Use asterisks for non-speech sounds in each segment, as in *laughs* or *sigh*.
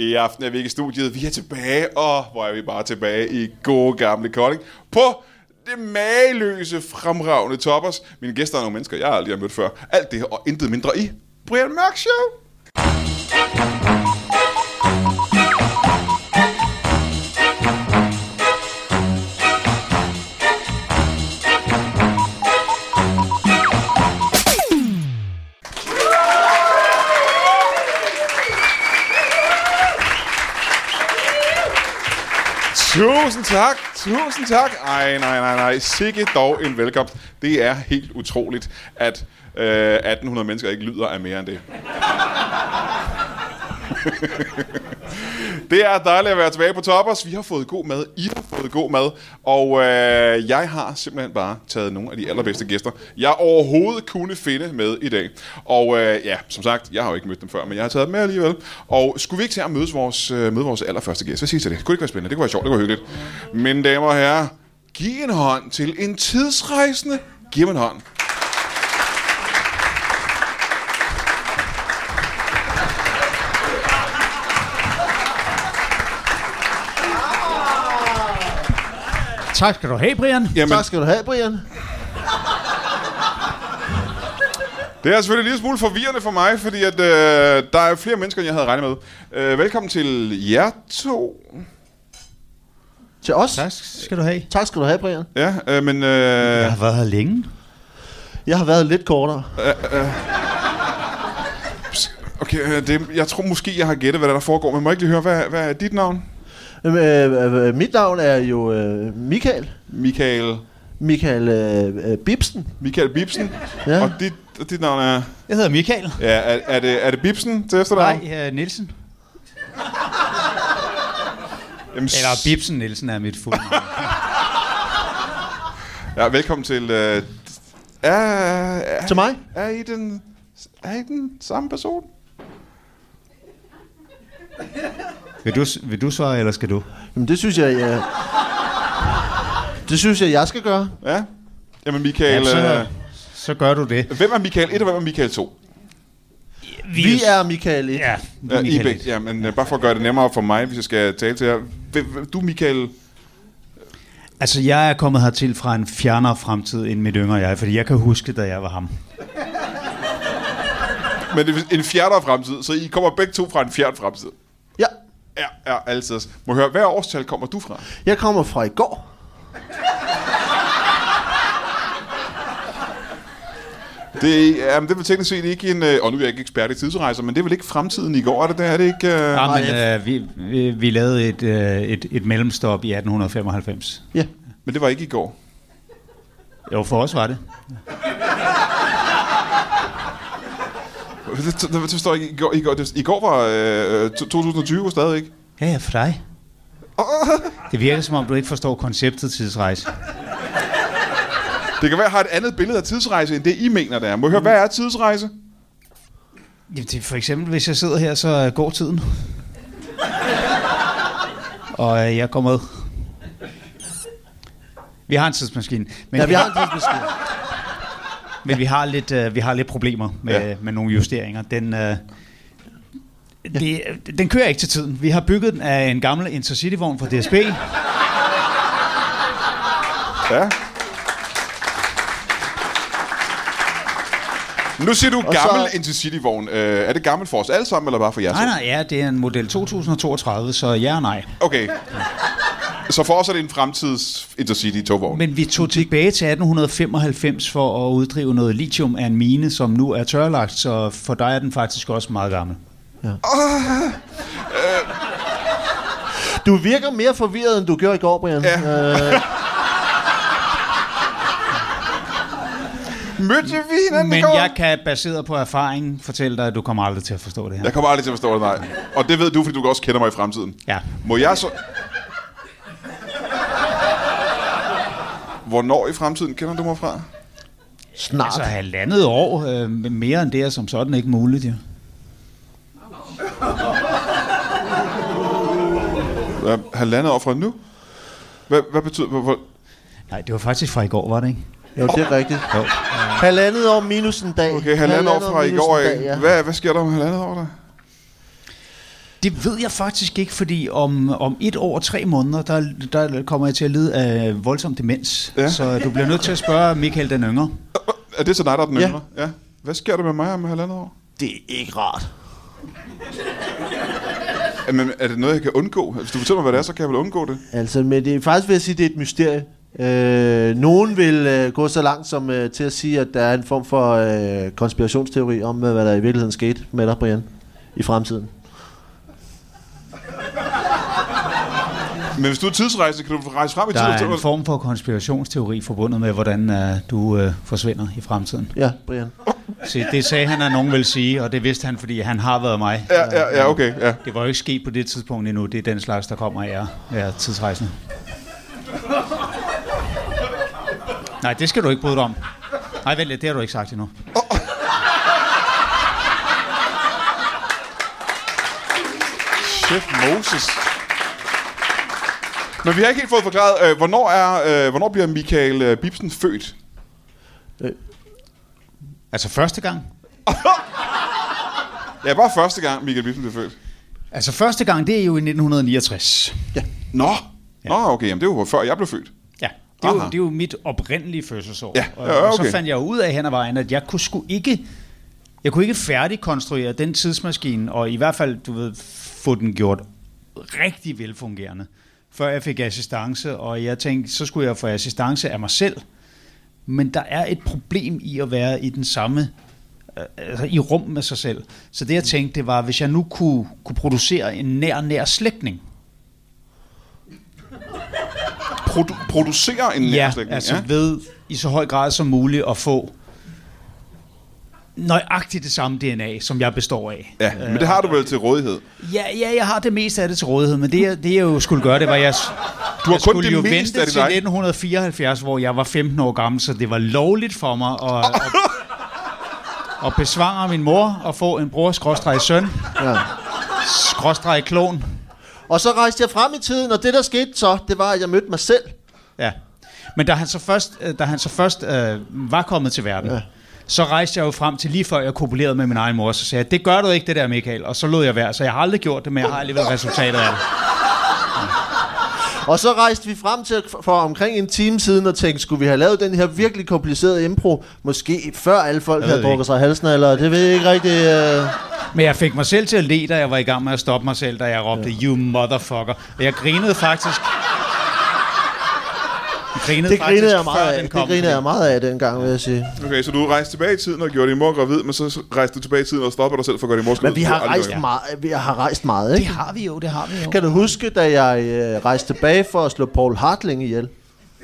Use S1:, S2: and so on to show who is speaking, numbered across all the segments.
S1: I aften er vi ikke i studiet. Vi er tilbage, og hvor er vi bare tilbage i gode gamle Kolding på det mageløse, fremragende toppers. Mine gæster er nogle mennesker, jeg aldrig har mødt før. Alt det og intet mindre i Brian Mørk Show. Tusind tak, tusind tak. Ej, nej, nej, nej. Sikke dog en velkomst. Det er helt utroligt, at øh, 1800 mennesker ikke lyder af mere end det. det er dejligt at være tilbage på Toppers. Vi har fået god mad, I har fået god mad, og øh, jeg har simpelthen bare taget nogle af de allerbedste gæster, jeg overhovedet kunne finde med i dag. Og øh, ja, som sagt, jeg har jo ikke mødt dem før, men jeg har taget dem med alligevel. Og skulle vi ikke til at mødes vores, øh, møde vores allerførste gæst? Hvad siger I til det? Kunne det ikke være spændende? Det kunne være sjovt, det kunne være hyggeligt. Mine damer og herrer, giv en hånd til en tidsrejsende. Giv mig en hånd.
S2: Tak skal du have, Brian.
S1: Jamen,
S3: Tak skal du have, Brian.
S1: Det er selvfølgelig en lille smule forvirrende for mig, fordi at, øh, der er flere mennesker, end jeg havde regnet med. Øh, velkommen til jer to.
S3: Til os.
S2: Tak skal du have.
S3: Tak skal du have, Brian.
S1: Ja, øh, men øh,
S2: Jeg har været her længe.
S3: Jeg har været lidt kortere.
S1: okay, øh, det, jeg tror måske, jeg har gættet, hvad der, der foregår, men må jeg ikke lige høre, hvad, hvad er dit navn?
S3: Øhm, Øh, øh, mit navn er jo øh, Michael.
S1: Michael,
S3: Michael øh, øh, Bibsen.
S1: Michael Bibsen.
S3: Ja.
S1: Og dit, og dit navn er...
S2: Jeg hedder Michael.
S1: Ja, er, er, det, er det Bibsen til efternavn?
S2: Nej, øh, Nielsen.
S1: Jamen, s-
S2: Eller Bibsen Nielsen er mit fulde navn.
S1: Ja, velkommen til... Øh, er, er,
S3: Til mig?
S1: Er I den, er I den samme person?
S2: *laughs* Vil du, vil du svare, eller skal du?
S3: Jamen, det synes jeg, jeg... Det synes jeg, jeg skal gøre.
S1: Ja. Jamen, Michael...
S2: så,
S1: Ja,
S2: så gør du det.
S1: øh, hvem er Michael 1, og hvem er Michael 2?
S3: Vi er Michael 1.
S2: Ja, vi er
S1: Ja,
S2: Michael.
S1: Michael. Ja, men øh, bare for at gøre det nemmere for mig, hvis jeg skal tale til jer. Hvem- hvem- Du, Michael...
S2: Altså, jeg er kommet hertil fra en fjernere fremtid end mit yngre jeg, fordi jeg kan huske, da jeg var ham.
S1: Men det er en fjernere fremtid, så I kommer begge to fra en fjern fremtid.
S3: ja.
S1: Ja, ja, altid. Må jeg høre, hver årstal kommer du fra?
S3: Jeg kommer fra i går.
S1: Det, er- jamen, det er vel teknisk set ikke en... øh, Og nu er jeg ikke ekspert i tidsrejser, men det er vel ikke fremtiden i går, er det der? Er det ikke... øh?
S2: Ja, men, øh, vi, vi, vi lavede et, øh, et, et mellemstop i 1895.
S3: Ja.
S1: Men det var ikke i går.
S2: Jo, for os var det.
S1: Det, det, det, det forstår jeg ikke. I går, i går, det, i går var øh, to- 2020 jo stadig, ikke?
S2: Ja, ja, for dig. Det virker, som om du ikke forstår konceptet tidsrejse.
S1: Det kan være, at jeg har et andet billede af tidsrejse, end det I mener, der er. Må jeg høre, hvad er tidsrejse?
S2: Jamen, det er for eksempel, hvis jeg sidder her, så øh, går tiden. Og øh, jeg går med. Vi har en tidsmaskine, men,
S3: Ja, vi har en tidsmaskine.
S2: men vi, har lidt, øh, vi har lidt problemer med,
S1: Ja.
S2: ja. med nogle justeringer. Den, øh, det, den kører ikke til tiden. Vi har bygget den af en gammel Intercity-vogn fra
S3: *laughs*
S2: DSB.
S1: Ja. Nu siger du
S3: Og
S1: gammel
S3: så-
S1: Intercity-vogn. Øh, er det gammel for os alle sammen, eller bare for jer?
S2: Nej,
S1: selv?
S2: nej, ja, det er en model 2032, så ja og nej.
S1: Okay. Så for os er det en fremtids Intercity-togvogn.
S2: Men vi tog tilbage til 1895 for at uddrive noget lithium af en mine, som nu er tørlagt, så for dig er den faktisk også meget gammel.
S3: Du virker mere forvirret, end du gjorde i Øh, går, Brian.
S1: Ja.
S3: Øh,
S1: Mødte vi hinanden i
S2: Men
S1: går?
S2: jeg kan baseret på erfaring fortælle dig, at du kommer aldrig til at forstå det her.
S1: Jeg kommer aldrig til at forstå det, nej. Og det ved du, fordi du også kender mig i fremtiden.
S2: Ja.
S1: Må jeg så... Hvornår i fremtiden kender du mig fra?
S3: Snart.
S2: Altså halvandet år, øh, men mere end det er som sådan ikke muligt, jo.
S1: Hvad, halvandet år fra nu? Hvad, hvad betyder... Hvor, hvor,
S2: Nej, det var faktisk fra i går, var det ikke?
S3: Jo, det er rigtigt. Jo. Halvandet år minus en dag.
S1: okay, halvandet år fra i
S3: minus
S1: går
S3: en
S1: af.
S3: dag, ja.
S1: Hvad, hvad sker der om halvandet år, der?
S2: Det ved jeg faktisk ikke, fordi om, om et år og tre måneder, der, der kommer jeg til at lide af voldsom demens.
S1: Ja.
S2: Ja. Så du bliver nødt til at spørge Michael den Yngre.
S1: Er det så dig, der er den
S3: Ja.
S1: yngre? Ja. Hvad sker der med mig om halvandet år?
S3: Det er ikke rart.
S1: Er, men, er det noget, jeg kan undgå? Hvis du fortæller mig, hvad det er, så kan jeg vel undgå det.
S3: Altså, men det, faktisk vil jeg sige, det er et mysterie. Øh, nogen vil øh, gå så langt som øh, til at sige, at der er en form for øh, konspirationsteori om, øh, hvad der i virkeligheden skete med dig, Brian, i fremtiden.
S1: Men hvis du er tidsrejse, kan du rejse frem i
S2: Der
S1: tiden? og
S2: er
S1: fortælle
S2: en
S1: mig-
S2: form for konspirationsteori forbundet med, hvordan uh, du uh, forsvinder i fremtiden.
S3: Ja, Brian.
S2: Se, det sagde han, at nogen vil sige, og det vidste han, fordi han har været mig.
S1: Ja, ja, ja, okay, ja.
S2: Det var jo ikke sket på det tidspunkt endnu. Det er den slags, der kommer af jer, jer tidsrejsende. Nej, det skal du ikke bryde dig om. Nej, vent lidt, det har du ikke sagt endnu.
S1: Chef Moses. Men vi har ikke helt fået forklaret, øh, hvornår, er, øh, hvornår bliver Michael øh, Bibsen født?
S2: Altså første gang?
S1: Ja, bare første gang, Michael Bibsen blev født.
S2: Altså første gang, det er jo i 1969.
S1: Nå! Ja. Nå, okay, jamen, det var før jeg blev født.
S2: Ja, det er, jo,
S1: Aha.
S2: det er jo mit oprindelige fødselsår.
S1: Ja,
S2: Og,
S1: ja,
S2: og
S1: okay.
S2: så fandt jeg jo ud af hen ad vejen, at jeg kunne sgu ikke, jeg kunne ikke færdigkonstruere den tidsmaskine, og i hvert fald, du ved, få den gjort rigtig velfungerende, før jeg fik assistance, og jeg tænkte, så skulle jeg få assistance af mig selv. Men der er et problem i at være i den samme øh, altså i rum med sig selv. Så det jeg tænkte, det var, hvis jeg nu kunne, kunne producere en nær, nær slægtning,
S1: Produ- producerer en
S2: Ja,
S1: nærslægtning,
S2: altså ja. ved i så høj grad som muligt at få nøjagtigt det samme DNA, som jeg består af.
S1: ja. ja, men det har du vel til rådighed.
S2: Ja, ja jeg har det meste af det til rådighed, men det, jeg- det jeg jo skulle gøre, det var, jeg,
S1: Du har kun
S2: jeg skulle
S1: det
S2: jo
S1: meste
S2: vente
S1: af
S2: til
S1: dit eget.
S2: 1974, hvor jeg var 15 år gammel, så det var lovligt for mig at, at, at besvare min mor og få en bror skråstreg søn,
S3: Ja.
S2: skråstreg klon.
S3: Og så rejste jeg frem i tiden, og det der skete så, det var, at jeg mødte mig selv.
S2: Ja. Men da han så først, øh, da han så først øh, var kommet til verden, ja. så rejste jeg jo frem til lige før jeg kopulerede med min egen mor, så sagde jeg, det gør du ikke det der, Michael. Og så lod jeg være, så jeg har aldrig gjort det, men jeg har alligevel resultatet af det.
S3: Og så rejste vi frem til for omkring en time siden og tænkte, skulle vi have lavet den her virkelig komplicerede impro, måske før alle folk
S2: Jeg ved
S3: havde
S2: det
S3: drukket
S2: ikke.
S3: sig i halsen, eller det ved jeg ikke rigtig. Øh...
S2: Men jeg fik mig selv til at le, da jeg var i gang med at stoppe mig selv, da jeg råbte, you motherfucker. Og jeg grinede faktisk... Jeg grinede
S3: Det
S2: faktisk,
S3: grinede jeg
S2: før
S3: meget af.
S2: den
S3: Det
S2: kom.
S3: grinede jeg meget af dengang, vil jeg sige.
S1: Okay, så du rejste tilbage i tiden og gjorde din mor gravid, men så rejste du tilbage i tiden og stoppede dig selv for at gøre din mor gravid.
S3: Men vi
S1: Det
S3: har
S1: aldrig
S3: rejst
S1: gjort.
S3: meget, vi har rejst meget,
S2: Det
S3: ikke?
S2: har vi jo, det har vi jo.
S3: Kan du huske, da jeg øh, rejste tilbage for at slå Paul Hartling ihjel?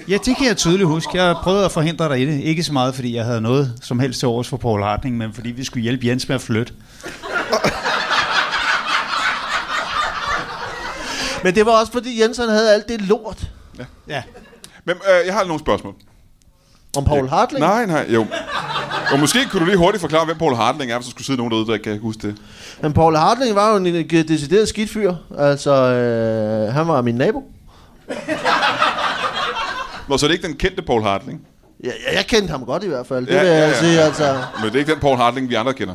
S2: Ja, det kan jeg tydeligt huske. Jeg prøvede at forhindre dig i det. Ikke så meget, fordi jeg havde noget som helst til overs for Paul Hartning, men fordi vi skulle hjælpe Jens med at flytte.
S3: Men det var også, fordi Jensen havde alt det lort
S2: Ja.
S1: Men øh, jeg har nogle spørgsmål.
S3: om Paul Hartling.
S1: Nej, nej, jo. Og måske kunne du lige hurtigt forklare, hvem Paul Hartling er, hvis der skulle sidde nogen derude, der ikke kan huske det.
S3: Men Paul Hartling var jo en en decideret skidt fyr. Altså, øh, han var min nabo.
S1: Nå, så er det ikke den kendte Paul Hartling.
S3: Ja, ja, jeg kendte ham godt i hvert fald. Det
S1: Ja,
S3: ja, vil
S1: ja,
S3: jeg
S1: ja.
S3: ja, sige, altså.
S1: Men det er ikke den Paul Hartling, vi andre kender.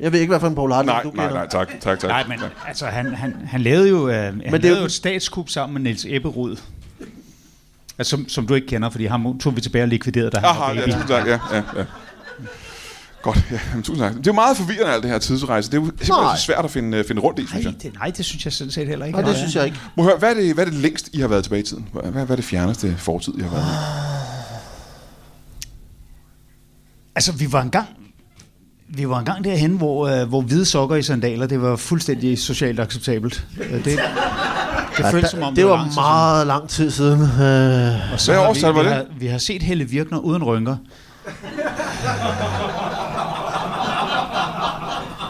S3: Jeg ved ikke, hvad for en Paul Hartling
S1: Nej,
S3: du
S1: nej,
S3: kender.
S1: nej, tak, tak, tak.
S2: Nej, men altså, han, han, han lavede jo, øh, han
S3: det er
S2: lavede
S3: jo-
S2: jo et statskup sammen med Niels Ebberud. Altså, som, som du ikke kender, fordi ham tog vi tilbage og likviderede dig.
S1: Aha, ja, tusind tak, ja, ja, ja. Godt, ja, jamen, tusind tak. Det er jo meget forvirrende, alt det her tidsrejse. Det er jo simpelthen
S3: Nej.
S1: så svært at finde, øh, finde rundt i, synes
S2: Nej
S1: jeg.
S2: det, nej, det synes jeg sådan set heller ikke.
S3: Nej, det synes jeg ikke.
S1: Må jeg høre, hvad er, det, hvad er det længst, I har været tilbage i tiden? Hvad, hvad er det fjerneste fortid, I har været
S3: Ah.
S1: i?
S2: Altså, vi var engang vi var engang derhen, hvor, øh, hvor hvide sokker i sandaler, det var fuldstændig socialt acceptabelt. Øh, Det, det ja, føltes som om,
S3: det
S2: lang
S3: var
S2: tid siden.
S3: meget lang tid siden. Øh,
S2: Og så
S1: Hvad
S2: har
S1: årstal
S2: vi,
S1: var
S2: vi
S1: det?
S2: Har, vi har set Helle Virkner uden rynker.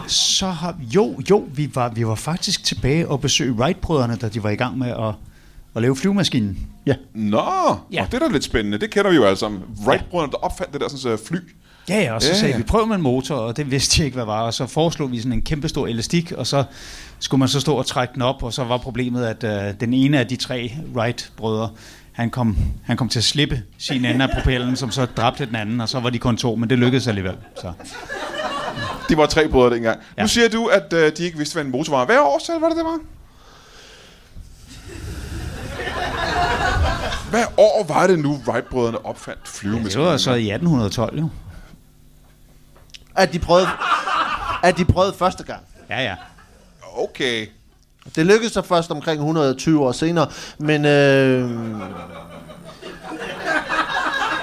S2: Så har, jo, jo, vi var, vi var faktisk tilbage og besøge Wright-brødrene, da de var i gang med at, at lave flyvemaskinen. Ja.
S1: Nå, ja.
S2: Ja.
S1: og det er da lidt spændende. Det kender vi jo alle sammen. Wright-brødrene, der opfandt det der sådan, så fly.
S2: Ja, ja, og så
S1: Ja,
S2: ja, sagde
S1: ja.
S2: vi, prøv med en motor, og det vidste de ikke, hvad var. Og så foreslog vi sådan en kæmpe stor elastik, og så skulle man så stå og trække den op, og så var problemet, at øh, den ene af de tre Wright-brødre, han kom, han kom til at slippe sin ende af propellen, som så dræbte den anden, og så var de kun to, men det lykkedes alligevel. Så.
S1: De var tre brødre dengang. Ja.
S2: Ja.
S1: Nu siger du, at øh, de ikke vidste, hvad en motor var. Hvad årstal var det, det var? Hvad år var det nu, Wright-brødrene opfandt
S2: Det
S1: flyvemaskinen?
S2: var så i 1812, jo.
S3: At de prøvede, at de prøvede første gang.
S2: Ja, ja.
S1: Okay.
S3: Det lykkedes så først omkring 120 år senere, men øh,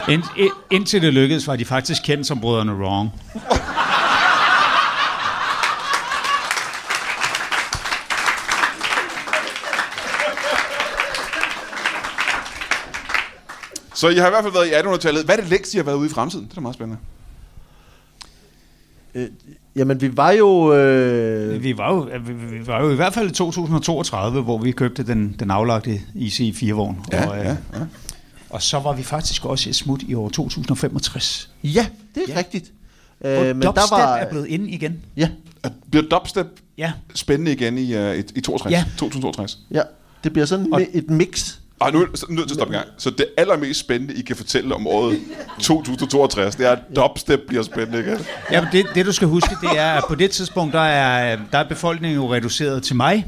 S2: Ind, ind, indtil det lykkedes, var de faktisk kendt som brødrene Wrong.
S1: Så I har i hvert fald været i 1800-tallet. Hvad er det længst, I har været ude i fremtiden? Det er da meget spændende.
S3: øh, jamen vi var jo... Øh,
S2: Vi var, jo, vi- vi vi var jo i hvert fald i 2032, hvor vi købte den, den aflagte IC4-vogn.
S1: Ja,
S2: og, øh,
S1: ja,
S2: og så var vi faktisk også et smut i år 2065.
S3: ja, det er ja. rigtigt.
S2: Hvor
S3: Øh, men der
S2: dubstep
S3: var,
S2: er blevet inde igen.
S3: ja,
S1: At Bliver dubstep
S2: Ja,
S1: spændende igen i, uh, i, i 62?
S2: Ja.
S1: 2062?
S3: ja, det bliver sådan
S2: Og-
S3: mi- et mix.
S1: Og nu er jeg så nødt til at stoppe en gang. Så det allermest spændende, I kan fortælle om året 2062, det er, at dubstep bliver spændende igen.
S2: ja men det, det du skal huske, det er, at på det tidspunkt, der er, der er befolkningen jo reduceret til mig,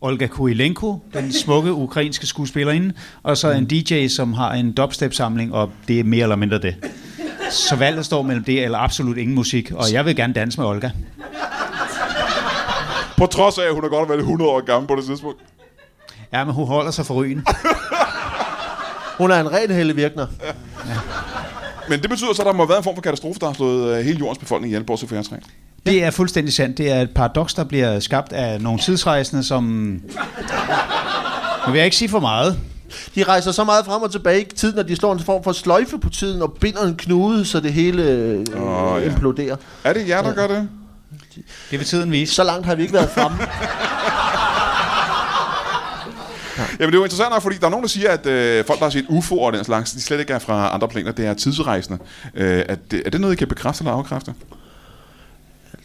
S2: Olga Kurilenko, den smukke ukrainske skuespillerinde, og så en DJ, som har en dubstep-samling, og det er mere eller mindre det. Så valget står mellem det eller absolut ingen musik, og jeg vil gerne danse med Olga.
S1: På trods af, at hun er godt og vel 100 år gammel på det tidspunkt.
S2: Ja, men hun holder sig for rygen.
S3: Hun er en ren heldig virkner.
S1: Men det betyder så, at der må have været en form for katastrofe, der har slået øh, hele jordens befolkning ihjel, bortset fra jer tre.
S2: Det er fuldstændig sandt. Det er et paradoks, der bliver skabt af nogle tidsrejsende, som... Nu vil jeg ikke sige for meget.
S3: De rejser så meget frem og tilbage i tiden, at de slår en form for sløjfe på tiden og binder en knude, så det hele øh,
S1: Åh,
S3: oh,
S1: ja.
S3: ja. imploderer.
S1: Er det jer, der gør det?
S2: Det vil tiden vise.
S3: Så langt har vi ikke været
S2: *laughs*
S3: fremme.
S1: Jamen det er jo interessant nok, fordi der er nogen, der siger, at øh, folk, der har set UFO'er og den slags, de slet ikke er fra andre planer, det er tidsrejsende. Øh, at, det- er det noget, I kan bekræfte eller afkræfte?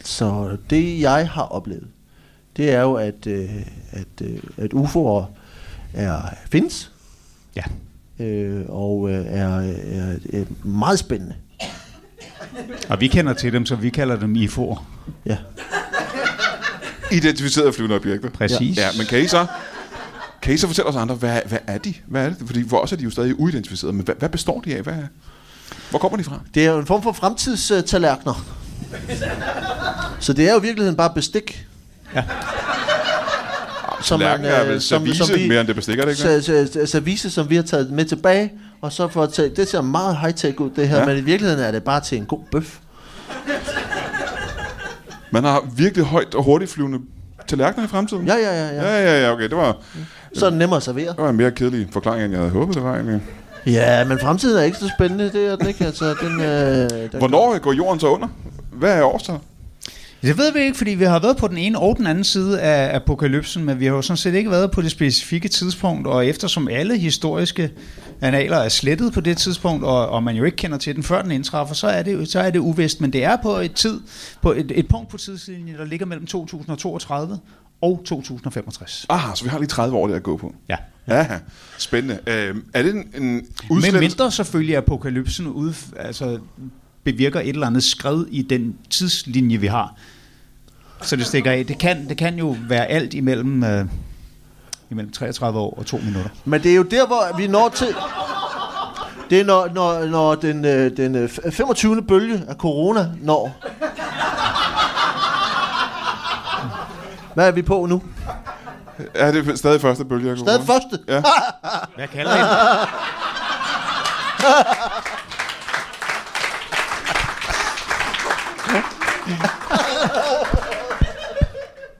S3: Så det, jeg har oplevet, det er jo, at, øh, at, øh, at UFO'er er, findes,
S2: Ja.
S3: øh, og øh, er, er, er meget spændende.
S2: Og vi kender til dem, så vi kalder dem IFO'er.
S3: Ja.
S1: Identificerede flyvende objekter.
S2: Præcis.
S1: Ja, men kan I så, kan I så fortælle os andre, hvad, hvad er de? Hvad er det? Fordi for os er de jo stadig uidentificerede, men hvad, hvad består de af? Hvad, hvor kommer de fra?
S3: Det er jo en form for fremtidstallerkener. Så det er jo i virkeligheden bare bestik.
S2: Ja.
S3: Som man,
S1: Tallerkener er
S3: øh,
S1: vel
S3: som-
S1: service
S3: som vi-
S1: mere, end det bestikker, er det ikke
S3: Så, så, så, service, som vi har taget med tilbage, og så for at tage, det ser meget high-tech ud, det her,
S1: Ja.
S3: ja. men i virkeligheden er det bare til en god bøf.
S1: Man har virkelig højt og hurtigt flyvende tallerkener i fremtiden?
S3: Ja, ja, ja, ja.
S1: Ja, ja, ja, okay. Det var,
S3: Så er det nemmere at servere.
S1: det var en mere kedelig forklaring, end jeg havde håbet, det var egentlig.
S3: Ja, men fremtiden er ikke så spændende, det er den ikke. Altså, den, øh, den
S1: Hvornår går jorden så under? Hvad er årstallet?
S2: Det ved vi ikke, fordi vi har været på den ene og den anden side af apokalypsen, men vi har jo sådan set ikke været på det specifikke tidspunkt, og eftersom alle historiske analer er slettet på det tidspunkt, og, og man jo ikke kender til den, før den indtræffer, så er det, jo- så er det uvist, men det er på et, tid, på et, et punkt på tidslinjen, der ligger mellem 2032 og 2065.
S1: Aha, Ah, så vi har lige 30 år der at gå på.
S2: Ja.
S1: Ja, spændende. Øh, er det en, en
S2: Men
S1: udslettelse?
S2: mindre selvfølgelig apokalypsen ud, altså, bevirker et eller andet skred i den tidslinje, vi har. Så det stikker af. Det kan, det kan jo være alt imellem, øh, imellem 33 år og to minutter.
S3: Men det er jo der, hvor vi når til... Det er når, når, når den, øh, den øh, f- 25. bølge af corona når. Hvad er vi på nu?
S1: Er det stadig første bølge? af corona?
S3: Stadig første.
S1: Ja.
S2: Hvad kalder I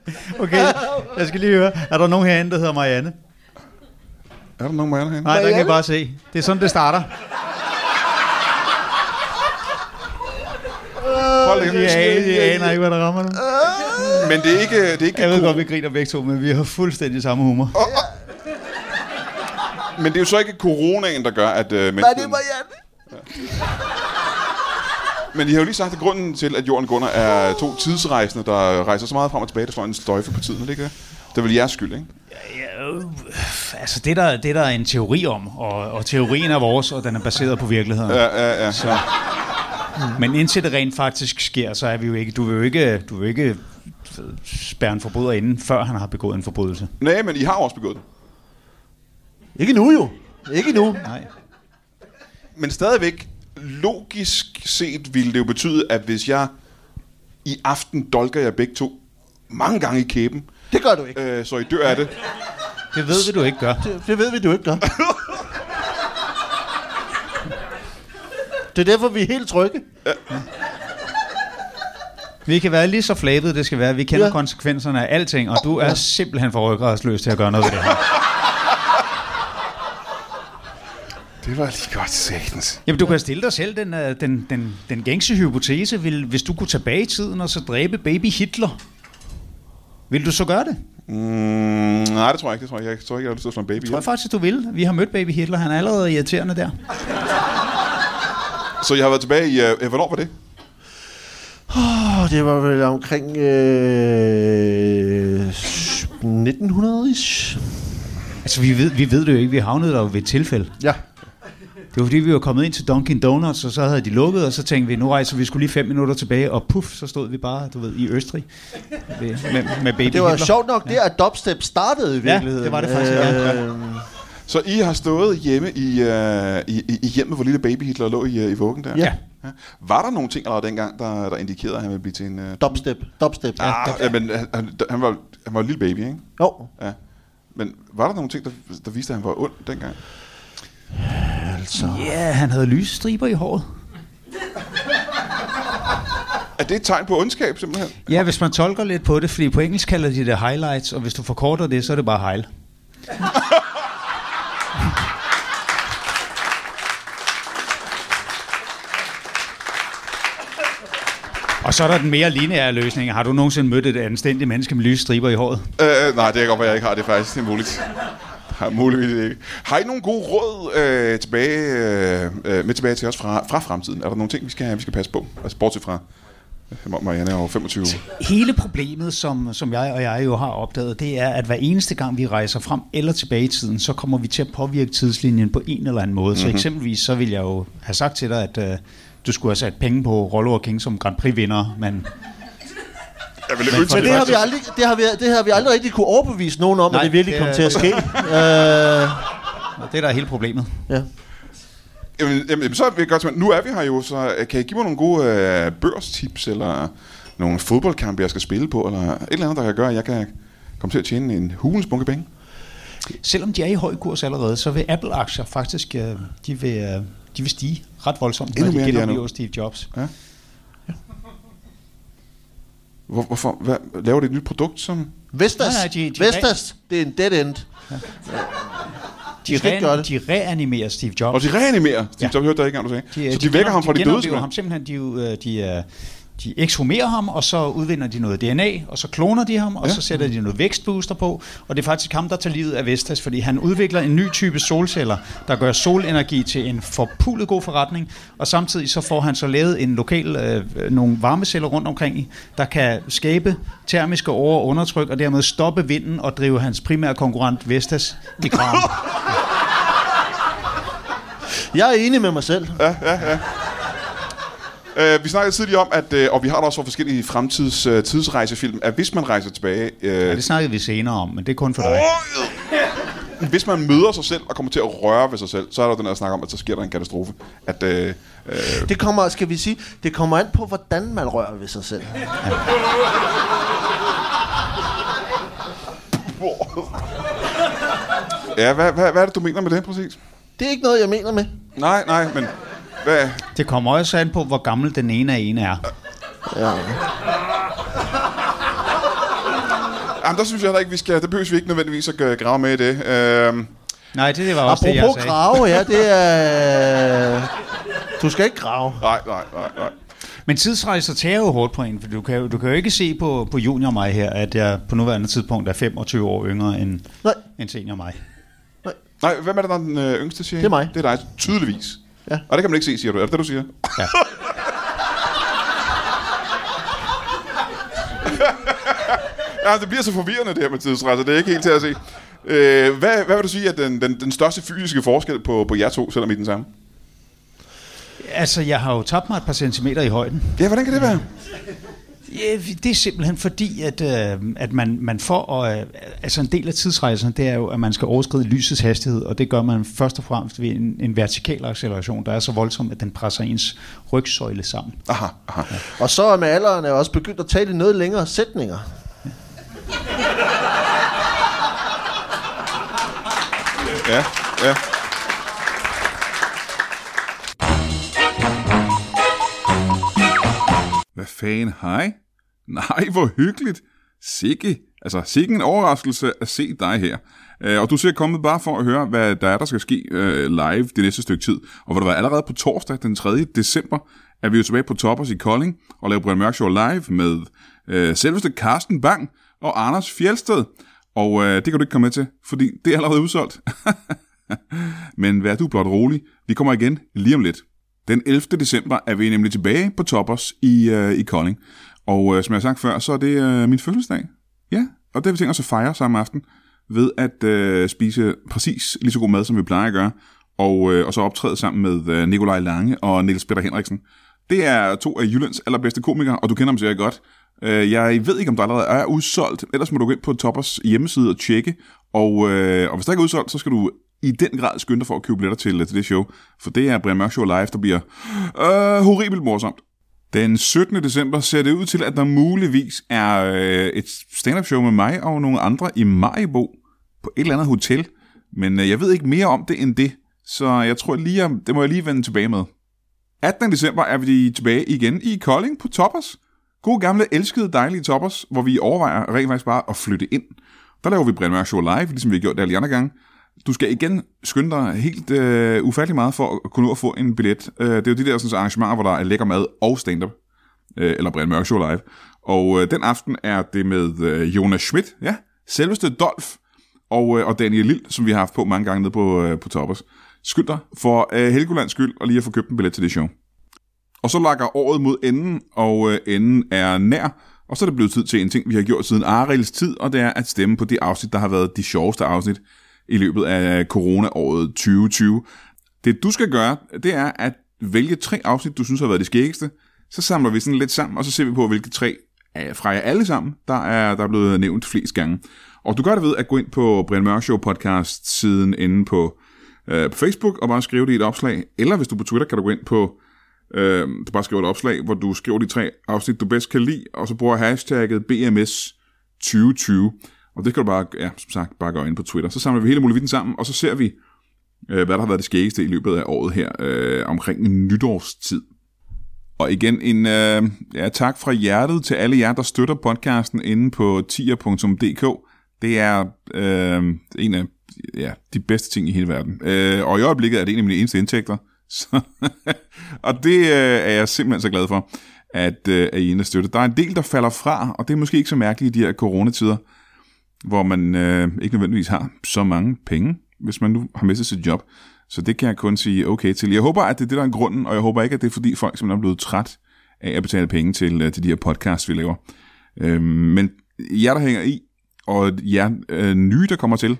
S2: det? Okay, jeg skal lige høre. Er der nogen herinde, der hedder Marianne?
S1: Er der nogen Marianne herinde?
S2: Nej, der kan jeg
S3: Marianne?
S2: bare se. Det er sådan, det starter.
S1: lækkert.
S2: Jeg, jeg, jeg aner ikke, hvad der rammer nu.
S1: Men det er ikke... Det er ikke
S2: Jeg ved godt, vi griner begge to, men vi har fuldstændig samme humor.
S1: Men det er jo så ikke coronaen, der gør, at øh,
S3: Hvad er det,
S1: menneskeheden-
S3: Marianne?
S1: Men I har jo lige sagt, at grunden til, at jorden gunder, er to tidsrejsende, der rejser så meget frem og tilbage, der slår en sløjfe på tiden, er det ikke det? Det er vel jeres skyld, ikke?
S2: Ja, øh, altså, det er der, det er der en teori om, og, og teorien er vores, og den er baseret på virkeligheden.
S1: Ja, ja, ja.
S2: Så. Men indtil det rent faktisk sker, så er vi jo ikke... Du vil jo ikke, du vil jo ikke øh, spærre en forbryder inden, før han har begået en forbrydelse.
S1: Nej, men I har jo også begået det.
S3: Ikke nu jo. Ikke nu.
S2: Nej.
S1: Men stadigvæk, logisk set ville det jo betyde, at hvis jeg i aften dolker jer begge to mange gange i kæben,
S3: Det gør du ikke.
S1: øh, så I dør af det.
S2: Det ved vi, du ikke gør.
S3: Det, det ved vi, du ikke gør. Det er derfor, vi er helt trygge.
S2: Vi kan være lige så flabede, det skal være. Vi kender
S3: Ja.
S2: ja. konsekvenserne af alting, og du er simpelthen for rygradsløs til at gøre noget ved det her.
S1: Det var lige godt sagtens.
S2: Jamen, du kan stille dig selv den, øh, den, den, den gængse hypotese. Vil, hvis du kunne tilbage i tiden og så dræbe baby Hitler, vil du så gøre det?
S1: Mm, nej, det tror jeg ikke. Det tror jeg, ikke. jeg tror ikke, jeg har lyst til at slå en baby
S2: Jeg tror
S1: ihjel.
S2: faktisk, du vil. Vi har mødt baby Hitler. Han er allerede irriterende der.
S1: Så jeg har været tilbage i... Øh, hvornår var det?
S3: Og det var vel omkring øh, 1900-ish.
S2: Altså, vi ved, vi ved det jo ikke. Vi havnede der jo ved et tilfælde.
S3: Ja.
S2: Det var fordi, vi var kommet ind til Dunkin' Donuts, og så havde de lukket, og så tænkte vi, nu rejser vi skulle lige fem minutter tilbage, og puff, så stod vi bare, du ved, i Østrig ved, med, med baby
S3: Det var
S2: Hitler.
S3: sjovt nok der, at dubstep startede i virkeligheden. Øhm,
S2: det var det faktisk, ja.
S1: Så I har stået hjemme i, øh, i, i- i hjemmet, hvor lille baby Hitler lå i, øh, i vuggen der?
S3: Ja.
S1: Ja. Var der nogle ting allerede dengang, der, der indikerede, at han ville blive til en... Øh...
S3: Dubstep, dubstep. Ja.
S1: Ah, ja, men han, han, han, var, han var en lille baby, ikke?
S3: Jo,
S1: Ja. Men var der nogle ting, der, der viste, at han var ond dengang?
S3: altså.
S2: Ja, han havde lyse striber i håret.
S1: Er det et tegn på ondskab, simpelthen?
S2: Ja, hvis man tolker lidt på det, fordi på engelsk kalder de det highlights, og hvis du forkorter det, så er det bare hejl. Og så er der den mere lineære løsning. Har du nogensinde mødt et anstændigt menneske med lyse striber i håret?
S1: Øh, nej, det er godt, at jeg ikke har det faktisk. Det er muligt. Har muligvis ikke. Har I nogle gode råd øh, tilbage, øh, øh, med tilbage til os fra, fra fremtiden? Er der nogle ting, vi skal, vi skal passe på? Altså, bortset fra... øh, Marianne er jo 25.
S2: Hele problemet, som, som jeg og jeg jo har opdaget, det er, at hver eneste gang vi rejser frem eller tilbage i tiden, så kommer vi til at påvirke tidslinjen på en eller anden måde. Mm-hmm. Så eksempelvis, så vil jeg jo have sagt til dig, at øh, du skulle have sat penge på Rollo og King som Grand Prix-vinder, men
S1: Jeg ville ønske,
S3: Men det har, vi
S1: faktisk-
S3: aldrig, det, har vi, det har vi aldrig rigtig kunne overbevise nogen om, Nej,
S2: Nej,
S3: at det virkelig
S2: det
S3: kom
S2: er-
S3: til at
S2: *laughs*
S3: ske. øh,
S2: og det er der hele problemet.
S3: ja.
S1: Jamen, jamen, så er vi godt tilbage. Nu er vi her jo, så øh, kan I give mig nogle gode øh, børstips, eller nogle fodboldkampe, jeg skal spille på, eller et eller andet, der kan gøre, at jeg kan komme til at tjene en hulens bunke penge?
S2: Selvom de er i høj kurs allerede, så vil Apple-aktier faktisk øh, de vil, øh, de vil stige ret voldsomt,
S1: Endnu
S2: når
S1: mere,
S2: de
S1: end de er nu.
S2: genoplever Steve Jobs.
S1: Hvor, hvorfor? Hvad, laver det et nyt produkt, som...
S3: Vestas,
S2: Nej, nej, de- de-
S3: Vestas, det er en dead end.
S2: De,
S3: skal ikke gøre det.
S2: de reanimerer Steve Jobs.
S1: Og de reanimerer. Steve
S2: Ja.
S1: Jobs hørte jeg ikke, engang, du sagde.
S2: øh,
S1: så de, vækker
S2: genom-
S1: ham fra de, døde,
S2: genoplever
S1: simpelthen.
S2: ham simpelthen, de, jo, øh, de, øh, de ekshumerer ham, og så udvinder de noget DNA, og så kloner de ham, og
S1: Ja.
S2: ja. så sætter de noget vækstbooster på, og det er faktisk ham, der tager livet af Vestas, fordi han udvikler en ny type solceller, der gør solenergi til en forpulet god forretning, og samtidig så får han så lavet en lokal, øh, nogle varmeceller rundt omkring, der kan skabe termiske over- og undertryk, og dermed stoppe vinden og drive hans primære konkurrent Vestas i
S1: *laughs*
S2: graven.
S3: Jeg er enig med mig selv.
S1: Øh, vi snakkede tidligere om, at, øh, og vi har der også for forskellige fremtids øh, tidsrejsefilm, at hvis man rejser tilbage, øh,
S2: Ja, det snakkede vi senere om, men det er kun for dig.
S1: hvis man møder sig selv og kommer til at røre ved sig selv, så er der jo den der snak om, at så sker der en katastrofe. At, øh, øh,
S3: Det kommer, skal vi sige, det kommer an på, hvordan man rører ved sig selv.
S1: ja, hvad, hvad, hvad er det, du mener med det præcis?
S3: Det er ikke noget, jeg mener med.
S1: Nej, nej, men hvad,
S2: Det kommer også an på, hvor gammel den ene af en er.
S3: Ja.
S1: jamen, der synes jeg heller ikke, vi skal, det behøver vi ikke nødvendigvis at gøre- grave med i det. Øh,
S2: Nej, det, det var også det, jeg
S3: Apropos
S2: sagde.
S3: grave, ja, det er... Du skal ikke grave.
S1: nej, nej, nej, nej.
S2: Men tidsrejser tager jo hårdt på en, for du kan, jo- du kan jo ikke se på, på junior og mig her, at jeg på nuværende tidspunkt er 25 år yngre end,
S3: Nej.
S2: end senior mig.
S1: Nej, hvem er det, der er den øh, yngste, siger
S3: Det er
S1: I?
S3: mig.
S1: Det er dig, tydeligvis.
S3: Ja.
S1: Og det kan man ikke se, siger du. Er det det, du siger?
S2: Ja.
S1: *laughs* Ja, det bliver så forvirrende, det her med tidsrejser. Det er ikke helt til at se. Øh, hvad, hvad vil du sige er den, den, den største fysiske forskel på, på jer to, selvom I er den samme?
S2: Altså, jeg har jo tabt mig et par centimeter i højden.
S1: Ja, hvordan kan det være?
S2: Ja, det er simpelthen fordi, at, øh, at man, man får... Øh, altså en del af tidsrejsen, det er jo, at man skal overskride lysets hastighed, og det gør man først og fremmest ved en, en vertikal acceleration, der er så voldsom, at den presser ens rygsøjle sammen.
S1: Aha, aha.
S3: Og så er med alderen er jeg også begyndt at tale i noget længere sætninger.
S1: Ja, ja. Hvad fanden, hej? Nej, hvor hyggeligt. Sikke, altså sikke en overraskelse at se dig her. Øh, Og du ser kommet bare for at høre, hvad der er, der skal ske øh, live det næste stykke tid. Og hvor der var allerede på torsdag den 3. december, er vi jo tilbage på Toppers i Kolding og laver Brian Mørk Show live med øh, selveste Carsten Bang og Anders Fjelsted. Og øh, det kan du ikke komme med til, fordi det er allerede udsolgt. Men vær du blot rolig, vi kommer igen lige om lidt. Den 11. december er vi nemlig tilbage på Toppers i, øh, i Kolding. Og øh, som jeg har sagt før, så er det øh, min fødselsdag. Ja, og det har vi tænkt os at fejre samme aften ved at øh, spise præcis lige så god mad, som vi plejer at gøre. Og, øh, og så optræde sammen med øh, Nikolaj Lange og Niels Peter Henriksen. Det er to af Jyllands allerbedste komikere, og du kender dem sikkert godt. Øh, Jeg ved ikke, om der allerede er udsolgt. Ellers må du gå ind på Toppers hjemmeside og tjekke. Og, øh, og hvis der ikke er udsolgt, så skal du i den grad skynde dig for at købe billetter til, til det show. For det er Brian Mørk Show Live, der bliver øh, horribelt morsomt. Den 17. december ser det ud til, at der muligvis er øh, et stand-up show med mig og nogle andre i Maribo på et eller andet hotel. Men øh, jeg ved ikke mere om det end det, så jeg tror lige, jeg- det må jeg lige vende tilbage med. 18. december er vi tilbage igen i Kolding på Toppers. God gamle, elskede, dejlige Toppers, hvor vi overvejer rent faktisk bare at flytte ind. Der laver vi Brian Mørk Show live, ligesom vi har gjort det alle de andre gange. Du skal igen skynde dig helt øh, ufattelig meget for at kunne nå at få en billet. Øh, det er jo de der sådan, arrangementer, hvor der er lækker mad og stand-up. Øh, eller Brian Mørk Show live. Og øh, den aften er det med øh, Jonas Schmidt, ja, selveste Dolf, og, øh, og Daniel Lille, som vi har haft på mange gange nede på, øh, på Toppers. Skynd dig for øh, Helgolands skyld og lige at få købt en billet til det show. Og så lakker året mod enden, og øh, enden er nær. Og så er det blevet tid til en ting, vi har gjort siden Arils tid, og det er at stemme på det afsnit, der har været de sjoveste afsnit i løbet af øh, coronaåret 2020. Det du skal gøre, det er at vælge tre afsnit, du synes har været de skæggeste. Så samler vi sådan lidt sammen, og så ser vi på, hvilke tre af- fra jer alle sammen, der er, der er blevet nævnt flest gange. Og du gør det ved at gå ind på Brian Mørk Show podcast siden inde på, øh, på Facebook og bare skrive det i et opslag. Eller hvis du er på Twitter, kan du gå ind på Øh, du bare skriver et opslag, hvor du skriver de tre afsnit, du bedst kan lide, og så bruger hashtagget BMS2020. Og det kan du bare, ja, som sagt, bare gå ind på Twitter. Så samler vi hele muligheden sammen, og så ser vi, øh, hvad der har været det skæggeste i løbet af året her, øh, omkring nytårstid. Og igen en øh, ja, tak fra hjertet til alle jer, der støtter podcasten inde på tier.dk. Det er øh, en af ja, de bedste ting i hele verden. Øh, og i øjeblikket er det en af mine eneste indtægter. Så *laughs* og det øh, er jeg simpelthen så glad for, at, øh, at I er inde og støtte. Der er en del, der falder fra, og det er måske ikke så mærkeligt i de her coronatider, hvor man øh, ikke nødvendigvis har så mange penge, hvis man nu har mistet sit job. Så det kan jeg kun sige okay til. Jeg håber, at det er det, der er grunden, og jeg håber ikke, at det er fordi folk simpelthen er blevet træt af at betale penge til, øh, til de her podcasts, vi laver. Øh, men jer, der hænger i, og jer øh, nye, der kommer til,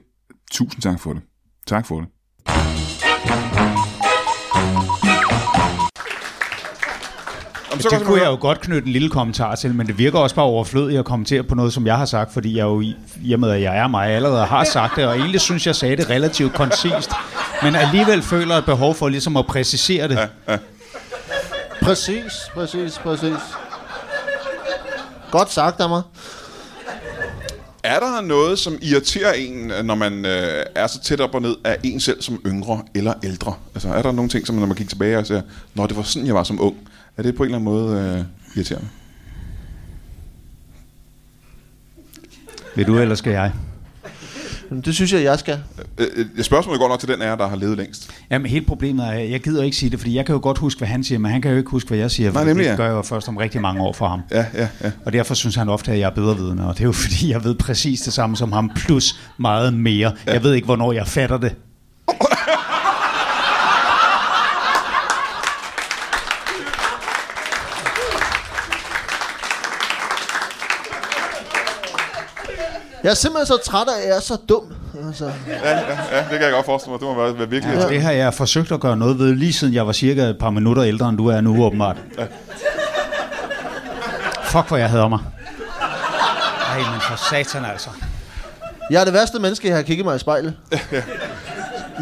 S1: tusind tak for det. Tak for det. Jamen,
S2: Så det kunne jeg jo godt knytte en lille kommentar til, men det virker også bare overflødigt at kommentere på noget, som jeg har sagt, fordi jeg jo i, i og med, at jeg er mig, allerede har sagt det, og egentlig synes, jeg sagde det relativt koncist, men alligevel føler jeg et behov for ligesom at præcisere det.
S3: Præcis, præcis, præcis. Godt sagt af mig.
S1: Er der noget, som irriterer en, når man øh, er så tæt op og ned af en selv som yngre eller ældre? Altså, er der nogle ting, som når man kigger tilbage og siger, Nå, det var sådan, jeg var som ung. Er det på en eller anden måde øh, irriterende?
S2: Vil du, eller skal jeg?
S3: Jamen, det synes jeg, jeg skal.
S1: Øh, øh, spørgsmålet går nok til den af jer, der har levet længst.
S2: Jamen, hele problemet er, jeg gider ikke sige det, fordi jeg kan jo godt huske, hvad han siger, men han kan jo ikke huske, hvad jeg siger.
S1: Nej,
S2: fordi
S1: nemlig, ja.
S2: det gør jeg jo først om rigtig mange år for ham.
S1: Ja, ja, ja.
S2: Og derfor synes han ofte, at jeg er bedrevidende, og det er jo *laughs* fordi, jeg ved præcis det samme som ham, plus meget mere. Ja. Jeg ved ikke, hvornår jeg fatter det.
S3: Jeg er simpelthen så træt af, at jeg er så dum. Altså.
S1: Ja, ja, ja, det kan jeg godt forestille mig. Det må være, være virkelig.
S2: Ja.
S1: Ja.
S2: Det har jeg forsøgt at gøre noget ved, lige siden jeg var cirka et par minutter ældre, end du er nu åbenbart. Fuck, hvor jeg hader mig. Ej, men for satan altså.
S3: Jeg er det værste menneske, jeg har kigget mig i spejlet.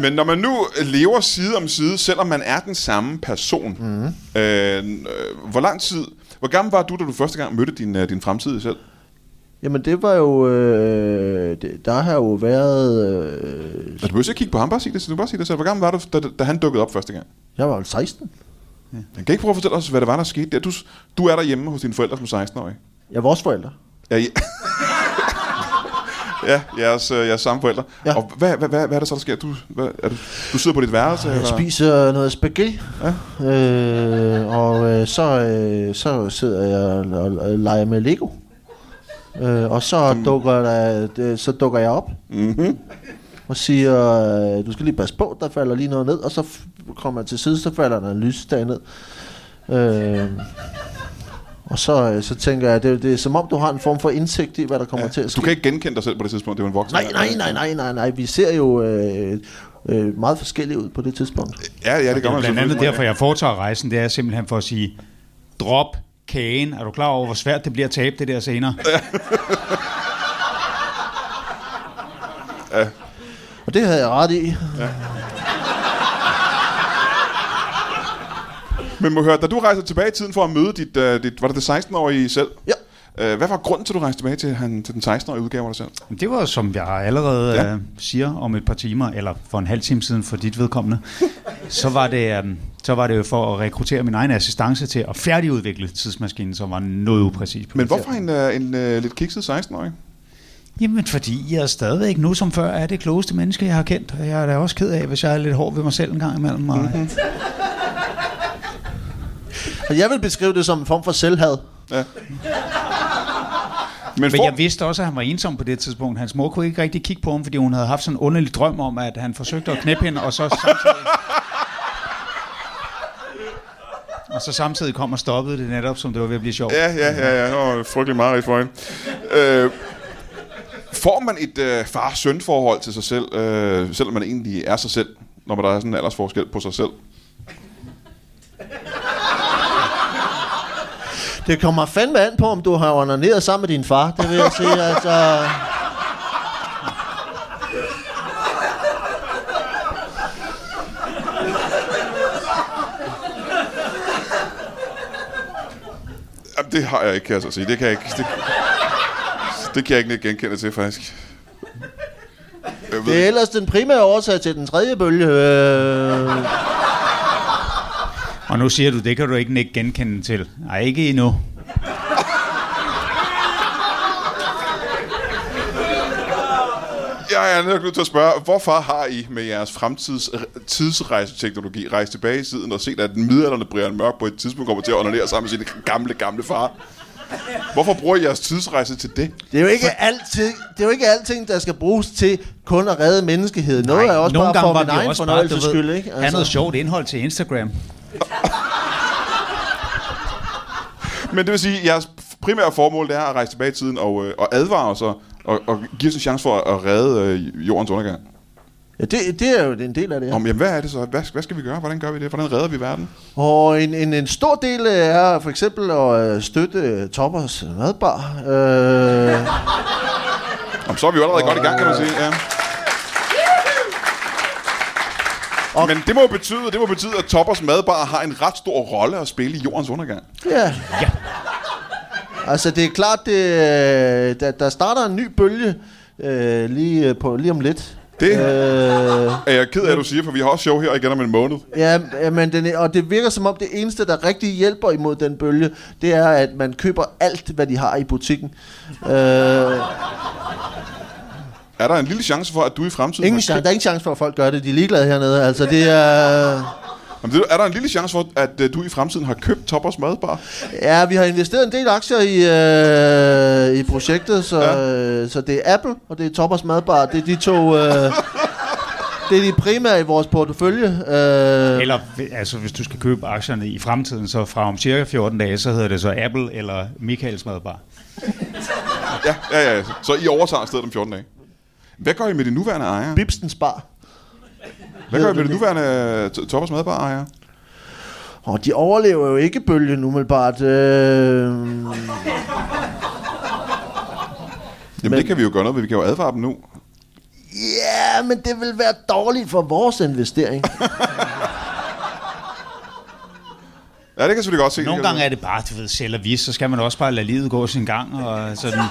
S1: Men når man nu øh, lever side om side, selvom man er den samme person, mm. øh, øh, hvor lang tid... Hvor gammel var du, da du første gang mødte din, øh, din fremtidige selv?
S3: Jamen, det var jo... Øh, det, der har jo været... Øh,
S1: Og Altså, du behøver ikke kigge på ham, bare sig det, du kan bare sige det selv. Hvor gammel var du, da, da han dukkede op første gang?
S3: jeg var jo 16.
S1: Jeg kan ikke prøve at fortælle os, hvad det var, der skete der. Du, du er derhjemme hos dine forældre som 16-årig.
S3: Jeg er vores forældre.
S1: Ja, ja. *laughs* ja jeres, øh, jeres samme forældre. Ja.
S3: Ja.
S1: Og hvad, hvad, hvad, hvad er det så, der sker? Du, hvad, er du, du sidder på dit værelse?
S3: Jeg spiser noget spaghetti,
S1: Ja.
S3: øh, og øh, så, øh, så sidder jeg og, og, og leger med Lego. Øh, og så, dukker der, øh, så dukker jeg op
S1: Mm. Mm-hmm.
S3: og siger, øh, du skal lige passe på, der falder lige noget ned. Og så f- kommer jeg til side, så falder der en lysstag ned. Øh, og så, øh, så tænker jeg, det, det er som om, du har en form for indsigt i, hvad der kommer ja, til at ske.
S1: Du kan ikke genkende dig selv på det tidspunkt, det var en voksen.
S3: Nej, nej, nej, nej, nej, nej. Vi ser jo øh, øh, meget forskellige ud på det tidspunkt.
S1: Ja, ja, det gør
S2: Det
S1: man
S2: er blandt andet
S1: selvfølgelig.
S2: derfor, jeg foretager rejsen, det er simpelthen for at sige, drop kagen. Er du klar over, hvor svært det bliver at tabe det der senere?
S3: Og det havde jeg ret i.
S1: Men må jeg høre, da du rejser tilbage i tiden for at møde dit, uh, dit var det det 16-årige selv?
S3: Ja.
S1: Uh, hvad var grunden til, at du rejste tilbage til, han, til den 16-årige udgave af dig selv?
S2: Men Det var, som jeg allerede
S1: Ja.
S2: ja. øh, siger om et par timer, eller for en halv time siden for dit vedkommende, så var det, øh, så var det jo for at rekruttere min egen assistance til at færdigudvikle tidsmaskinen, som var noget upræcis. på
S1: Men
S2: det
S1: hvorfor en, uh, en uh, lidt kikset 16-årig?
S2: Jamen, fordi jeg er stadigvæk nu som før er det klogeste menneske, jeg har kendt. Og jeg er da også ked af, hvis jeg er lidt hård ved mig selv en gang imellem. Og, mm-hmm.
S3: Og jeg vil beskrive det som en form for selvhad.
S1: Ja. Men,
S2: Men
S1: for,
S2: jeg vidste også, at han var ensom på det tidspunkt. Hans mor kunne ikke rigtig kigge på ham, fordi hun havde haft sådan en underlig drøm om, at han forsøgte at knæppe hende, og så samtidig... og så samtidig kom og stoppede det netop, som det var ved at blive sjovt.
S1: Ja, ja, ja, ja. Nå, frygtelig meget for hende. Øh, får man et øh, far-søn-forhold til sig selv, øh, selvom man egentlig er sig selv, når man der er sådan en aldersforskel på sig selv?
S3: Det kommer fandme an på, om du har onaneret sammen med din far. Det vil jeg sige, altså...
S1: Jamen, det har jeg ikke, kan jeg så sige. Det kan jeg ikke, det, det kan jeg ikke nikke genkende til, faktisk. Jeg ved
S3: Det er
S1: ikke.
S3: ellers den primære årsag til den tredje bølge. Øh,
S2: Og nu siger du, det kan du ikke ikke genkende til. Nej, ikke endnu.
S1: Jeg er nok nødt til at spørge, hvorfor har I med jeres fremtids tidsrejseteknologi rejst tilbage i tiden og set, at den midalderne Brian Mørk på et tidspunkt kommer til at onanere sammen med sin gamle, gamle far? Hvorfor bruger I jeres tidsrejse til det?
S3: det, er jo ikke altid, det er jo ikke alting, der skal bruges til kun at redde menneskeheden. Noget er også
S2: nogle
S3: bare
S2: gange
S3: for
S2: var
S3: min
S2: vi
S3: egen
S2: også bare, du
S3: fornøjelses
S2: ved,
S3: skyld, ikke? Altså,
S2: have noget sjovt indhold til Instagram.
S1: Men det vil sige, at jeres primære formål det er at rejse tilbage i tiden og, øh, og advare os og, og, og give os en chance for at redde øh, jordens undergang.
S3: ja, det, det er jo en del af det.
S1: Ja.
S3: Ja.
S1: Om, jamen, hvad er det så? Hvad, hvad skal vi gøre? Hvordan gør vi det? Hvordan redder vi verden?
S3: Og en, en, en stor del øh, er for eksempel at øh, støtte øh, Toppers madbar. Øh,
S1: Om, så er vi jo allerede godt i gang, kan man sige. Ja. Men det må, jo betyde, det må betyde, at Toppers Madbar har en ret stor rolle at spille i jordens undergang.
S3: Ja.
S2: Ja.
S3: Altså, det er klart, det, øh, der, der starter en ny bølge øh, lige, øh, på, lige om lidt.
S1: Det-
S3: Øh,
S1: Er jeg ked af, at du siger, for vi har også show her igen om en måned.
S3: ja, ja, men den, og det virker som om, det eneste, der rigtig hjælper imod den bølge, det er, at man køber alt, hvad de har i butikken. Øh,
S1: Er der en lille chance for, at du i fremtiden...
S3: Ingen chance, der er ingen chance for, at folk gør det. De er ligeglade hernede. Altså, det er...
S1: Jamen, ved du, er der en lille chance for, at øh, du i fremtiden har købt Toppers Madbar?
S3: Ja, vi har investeret en del aktier i, øh, i projektet, så,
S1: Ja.
S3: ja. øh, så det er Apple, og det er Toppers Madbar. Det er de to... Øh, det er de primære i vores portefølje. Øh,
S2: Eller altså, hvis du skal købe aktierne i fremtiden, så fra om cirka 14 dage, så hedder det så Apple eller Michaels Madbar.
S1: Ja, ja, ja. Så I overtager stedet om 14 dage. Hvad gør I med de nuværende ejere?
S3: Bibstens Bar.
S1: Hvad gør I med de nuværende øh, Toppers Madbar ejere?
S3: Og de overlever jo ikke bølgen umiddelbart. Øh,
S1: Jamen, Men... det kan vi jo gøre noget ved. Vi kan jo advare dem nu.
S3: ja, men det vil være dårligt for vores investering.
S1: Ja, det kan jeg selvfølgelig godt se.
S2: Nogle gange er det bare, du ved, selv og vis, så skal man også bare lade livet gå sin gang. Og sådan,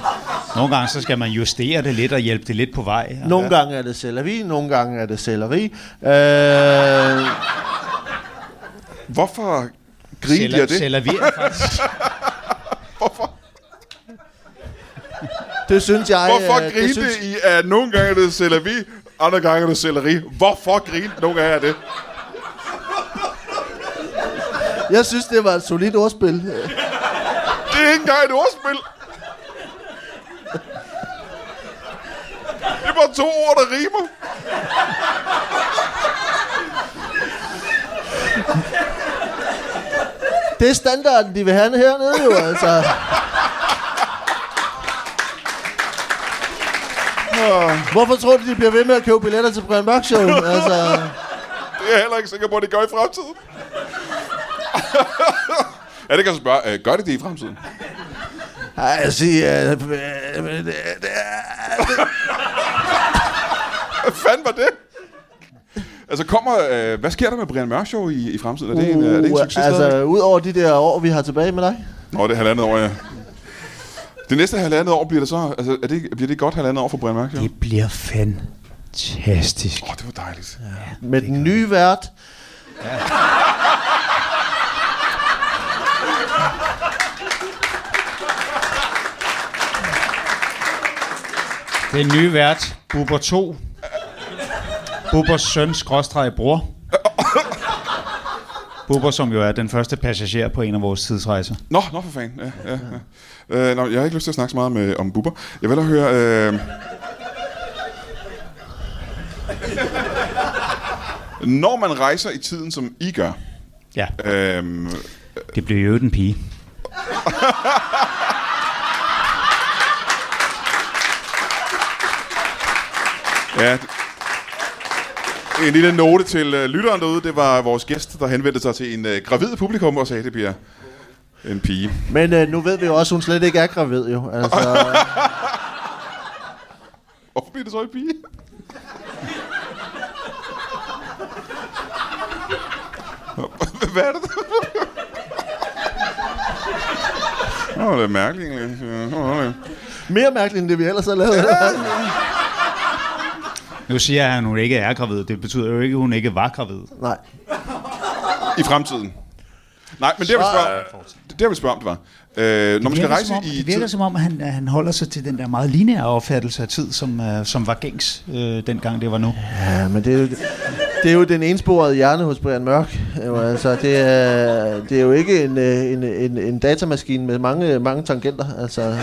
S2: nogle gange så skal man justere det lidt og hjælpe det lidt på vej. Og,
S3: Nogle gange er det selleri, nogle gange er det selleri. Øh,
S1: Hvorfor griner de af det?
S2: Sellervere,
S1: *laughs*
S2: faktisk.
S3: det synes jeg...
S1: Hvorfor
S3: øh, det
S1: griner
S3: synes-
S1: I af nogle gange er det selleri, andre gange er det selleri? Hvorfor griner nogle gange af det?
S3: Jeg synes, det var et solidt ordspil. Øh,
S1: Det er ikke engang et ordspil. Det var to ord, der rimer.
S3: Det er standarden, de vil have hernede jo, altså. Hvorfor tror du, de bliver ved med at købe billetter til Brian Mørk Show? Altså,
S1: Det er jeg heller ikke sikker på, at det gør i fremtiden. *laughs* ja, det kan jeg så spørge. Øh, Gør det det i fremtiden?
S3: ej, jeg siger, øh, øh, øh, det er-
S1: Hvad fanden var det? Altså kommer, øh, hvad sker der med Brian Mørk Show i, i fremtiden? Er det en, uh, er det en
S3: Uh,
S1: succes? stadigvæk?
S3: altså, ud over de der år, vi har tilbage med dig.
S1: Nå, det er halvandet år, ja. Det næste halvandet år bliver det så, altså er det, bliver det et godt halvandet år for Brian Mørk Show?
S2: Det bliver fantastisk.
S1: Åh, oh, det var dejligt. Ja.
S3: Med den nye vært.
S2: Den nye vært, Bubber 2. Bubbers søn, skråstreg bror. Bubber, som jo er den første passager på en af vores tidsrejser.
S1: Nå, nå for fanden. Ja, ja, ja. Øh, nå, jeg har ikke lyst til at snakke så meget med, om buber. Jeg vil hellere høre... Øh... Når man rejser i tiden, som I gør,
S2: Ja,
S1: øh,
S2: det blev jo den pige.
S1: Ja. det- En lille note til øh, lytteren derude. Det var vores gæst, der henvendte sig til en øh, gravid publikum og sagde, at det bliver en pige.
S3: Men øh, nu ved vi jo også, hun slet ikke er gravid jo.
S1: *laughs*
S3: Altså,
S1: Hvorfor bliver det så en pige? Hvad er det? Nå, det er mærkeligt egentlig. Ja, nå, ja.
S3: mere mærkeligt, end det vi ellers har lavet.
S2: Nu siger jeg, at hun ikke er gravid. Det betyder jo ikke, at hun ikke var gravid.
S3: Nej.
S1: I fremtiden. Nej, men det jeg vil spørge, det, jeg vil spørge om, det var. Øh, når man skal rejse
S2: som om,
S1: i...
S2: det virker
S1: tid-
S2: som om, at han, at han holder sig til den der meget lineære opfattelse af tid, som, uh, som var gængs uh, dengang det var nu.
S3: Ja, men det er jo, det er jo den ensporede hjerne hos Brian Mørk. Jo, altså, det, er, det er jo ikke en, øh, en, en, en datamaskine med mange, mange tangenter. Altså,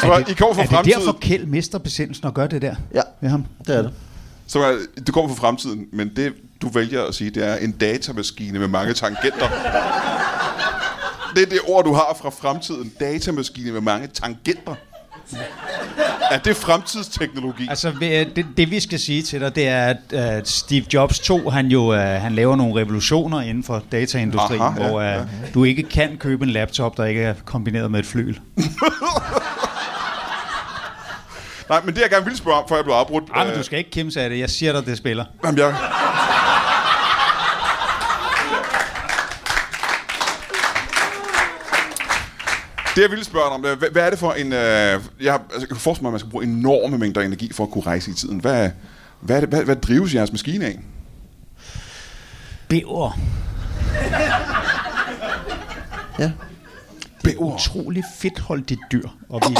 S1: Så I kommer fra
S2: er det
S1: fremtiden.
S2: derfor, Kjeld mister besindelsen og gør det der
S3: ja,
S2: ved ham?
S3: det er det.
S1: Så øh, du kommer fra fremtiden, men det du vælger at sige, det er en datamaskine med mange tangenter. Det er det ord, du har fra fremtiden. Datamaskine med mange tangenter. Er det fremtidsteknologi?
S2: Altså, ved- det, det vi skal sige til dig, det er, at øh, Steve Jobs 2, han jo øh, han laver nogle revolutioner inden for dataindustrien,
S1: Aha, ja,
S2: hvor øh,
S1: ja.
S2: du ikke kan købe en laptop, der ikke er kombineret med et
S1: *laughs*
S2: flyl.
S1: Nej, men det jeg gerne ville spørge om, før jeg blev afbrudt... øh,
S2: Ej, Ah, men du skal ikke kæmpe sig af det. Jeg siger dig, det spiller.
S1: Jamen, jeg... Det jeg ville spørge dig om, det er, hvad, hvad er det for en... Øh, jeg, altså, jeg kan forestille mig, at man skal bruge enorme mængder energi for at kunne rejse i tiden. Hvad, hvad, er det, hvad, hvad drives jeres maskine af?
S2: Bæver.
S3: Ja.
S1: Bæver.
S2: Utrolig fedtholdigt dyr. Og vi,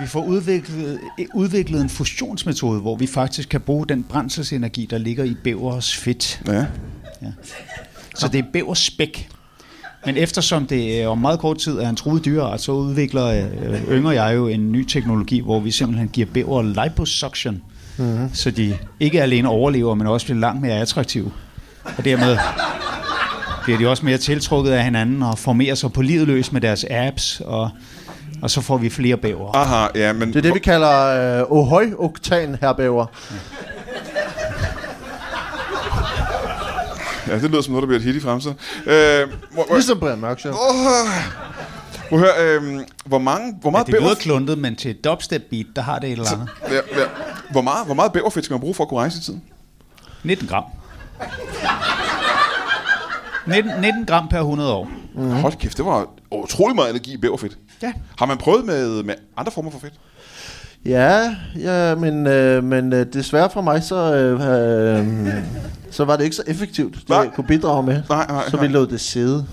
S2: Vi får udviklet, eh, udviklet en fusionsmetode, hvor vi faktisk kan bruge den brændselsenergi, der ligger i bævers fedt.
S1: Ja.
S2: Så det er bæverspæk. Men eftersom det øh, om meget kort tid er en truet dyreart, så udvikler øh, yngre jeg jo en ny teknologi, hvor vi simpelthen giver bæver liposuction, mm-hmm. så de ikke alene overlever, men også bliver langt mere attraktive. Og dermed bliver de også mere tiltrukket af hinanden og formerer sig på livet løs med deres apps, og, og så får vi flere bæver.
S1: Aha, ja, men...
S3: Det er det, vi kalder øh, ohøj-oktan herbæver.
S1: Ja, det lyder som noget, der bliver et hit i fremtiden. Øh, hvor, hvor,
S3: Ligesom Brian Mørk Show.
S1: hvor, hør, øh, hvor, mange, hvor
S2: Ja,
S1: meget
S2: det lyder
S1: bæver...
S2: kluntet, men til et dubstep beat, der har det et eller andet.
S1: Ja, ja. Hvor meget, hvor meget bæverfedt skal man bruge for at kunne rejse i tiden?
S2: 19 gram. 19, 19 gram per 100 år.
S1: Mm. Hold kæft, det var utrolig meget energi i bæverfedt.
S2: Ja.
S1: Har man prøvet med, med andre former for fedt?
S3: Ja, ja men, øh, men øh, desværre for mig, så, øh, øh, så var det ikke så effektivt, det
S1: Nej.
S3: jeg kunne bidrage med.
S1: Nej, nej,
S3: så vi
S1: nej.
S3: lå det sidde.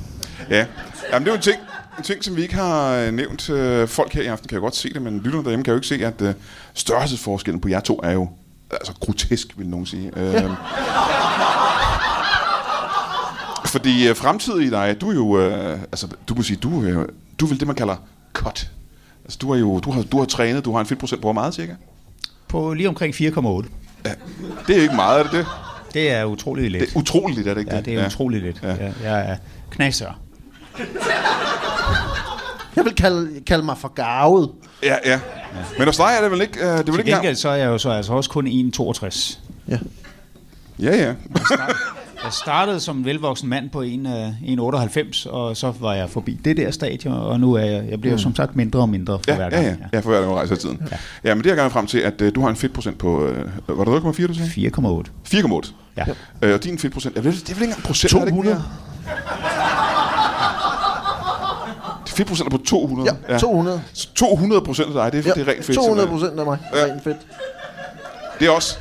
S1: Ja. Jamen, det er jo en ting, en ting, som vi ikke har øh, nævnt. Øh, folk her i aften kan jo godt se det, men lytterne derhjemme kan jo ikke se, at øh, størrelsesforskellen på jer to er jo altså grotesk, vil nogen sige. Øh, Fordi øh, fremtidig dig, du er jo, øh, altså du må sige, du, øh, du vil det, man kalder cut. Altså du, er jo, du, har, du har trænet, du har en fedtprocent på hvor meget cirka?
S2: På lige omkring 4,8.
S1: Det er ikke meget, er det det?
S2: Det er utroligt
S1: Det
S2: lidt.
S1: er utroligt, er det ikke
S2: Ja, det er utroligt lidt.
S1: Ja.
S2: Ja. Jeg er knaser.
S3: Jeg vil kalde, kalde mig for garvet.
S1: Ja, ja. ja. Men hos dig er det vel ikke... Øh, det er vel
S2: Til
S1: ikke engang...
S2: gengæld så er jeg jo så altså også kun 1,62.
S3: Ja.
S1: Ja, ja.
S2: Jeg startede som en velvoksen mand på en, øh, 1,98, og så var jeg forbi det der stadie, og nu er jeg, jeg bliver mm. som sagt mindre og mindre for
S1: Ja,
S2: hver
S1: ja,
S2: gang.
S1: ja. ja, for hver gang rejser i tiden. Ja. ja, men det er jeg gerne frem til, at øh, du har en fedtprocent på... Øh, var det 0,4, du sagde?
S2: 4,8.
S1: 4,8.
S2: Ja.
S1: Øh, og din fedtprocent... Er det, det er vel ikke engang procent, er det
S3: 200.
S1: ikke mere? Fedtprocent er på 200.
S3: Ja, 200.
S1: Så 200 procent af dig, det er,
S3: Ja,
S1: ja. det er rent fedt.
S3: 200
S1: simpelthen.
S3: procent af mig.
S1: Ja.
S3: Ja. Rent fedt.
S1: Det er også...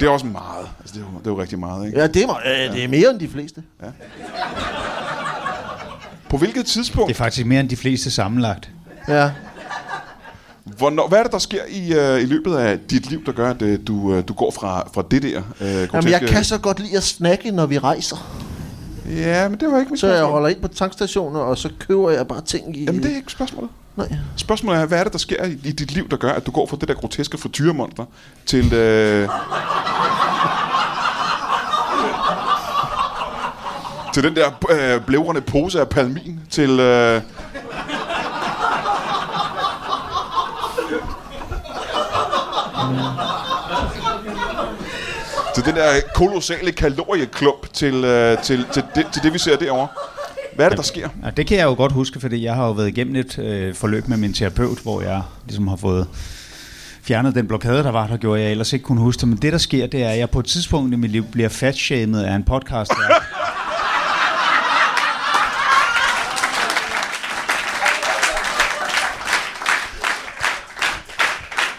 S1: Det er også meget. Altså, det er jo, det er jo rigtig meget, ikke?
S3: Ja, det er, mig. Øh, det er mere end de fleste.
S1: På hvilket tidspunkt...
S2: Det er faktisk mere end de fleste sammenlagt.
S3: Ja.
S1: Hvornår, hvad er det, der sker i, øh, i løbet af dit liv, der gør, at øh, du, øh, du går fra, fra det der? Øh,
S3: Jamen,
S1: groteske-
S3: jeg kan så godt lide at snakke, når vi rejser.
S1: Ja, men det var ikke mit
S3: Så jeg
S1: spørgsmål.
S3: holder ind på tankstationer, og så køber jeg bare ting i...
S1: Jamen, det er ikke spørgsmålet.
S3: Nej.
S1: Spørgsmålet er, hvad er det, der sker i, i dit liv, der gør, at du går fra det der groteske frityremonster til... Øh, til den der øh, blævrende pose af palmin, til... Øh, til den der kolossale kalorieklump, til, øh, til, til, det, til det, vi ser derovre. Hvad er det, der sker?
S2: Ja, det kan jeg jo godt huske, fordi jeg har jo været igennem et øh, forløb med min terapeut, hvor jeg ligesom har fået fjernet den blokade, der var, der gjorde at jeg ellers ikke kunne huske det. Men det, der sker, det er, at jeg på et tidspunkt i mit liv bliver fatshamed af en podcast. Der...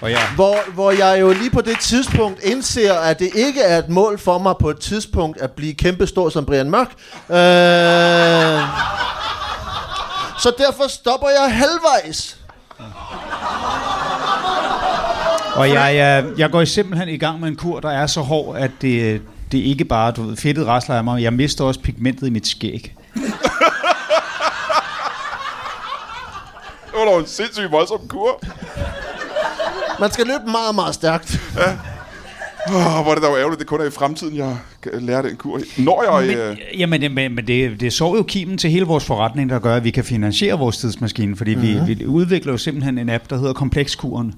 S2: Og jeg,
S3: Hvor, hvor jeg jo lige på det tidspunkt indser, at det ikke er et mål for mig på et tidspunkt at blive kæmpestor som Brian Mørk. Øh, så derfor stopper jeg halvvejs.
S2: og jeg, øh, jeg går simpelthen i gang med en kur, der er så hård, at det, øh, det er ikke bare, du ved, fedtet rasler af mig, jeg mister også pigmentet i mit skæg.
S1: Det var dog en sindssygt voldsom kur.
S3: Man skal løbe meget, meget stærkt.
S1: Oh, hvor er det dog ærgerligt, det kun er i fremtiden, jeg kan lære den kur. Når jeg... øh,
S2: Men, jamen, det- men, men det, det så jo kimen til hele vores forretning, der gør, at vi kan finansiere vores tidsmaskine, fordi mm-hmm. vi, vi udvikler jo simpelthen en app, der hedder Komplekskuren,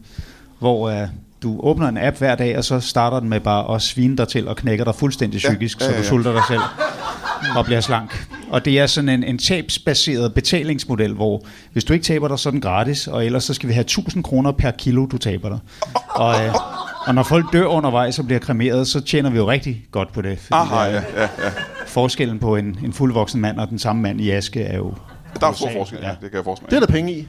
S2: hvor øh, du åbner en app hver dag, og så starter den med bare at svine dig til og knækker dig fuldstændig psykisk, ja, ja, ja. så du sulter dig selv og bliver slank. Og det er sådan en, en tabsbaseret betalingsmodel, hvor hvis du ikke taber dig, så er den gratis, og ellers så skal vi have 1000 kroner per kilo, du taber dig. Og, øh, og når folk dør undervejs og bliver kremeret, så tjener vi jo rigtig godt på det. fordi
S1: Aha,
S2: det er-
S1: ja, ja, ja.
S2: forskellen på en, en fuldvoksen mand og den samme mand i aske er jo...
S1: Der er stor forskel, ja. Det kan jeg forestille
S3: Det er
S1: mig.
S3: der penge i.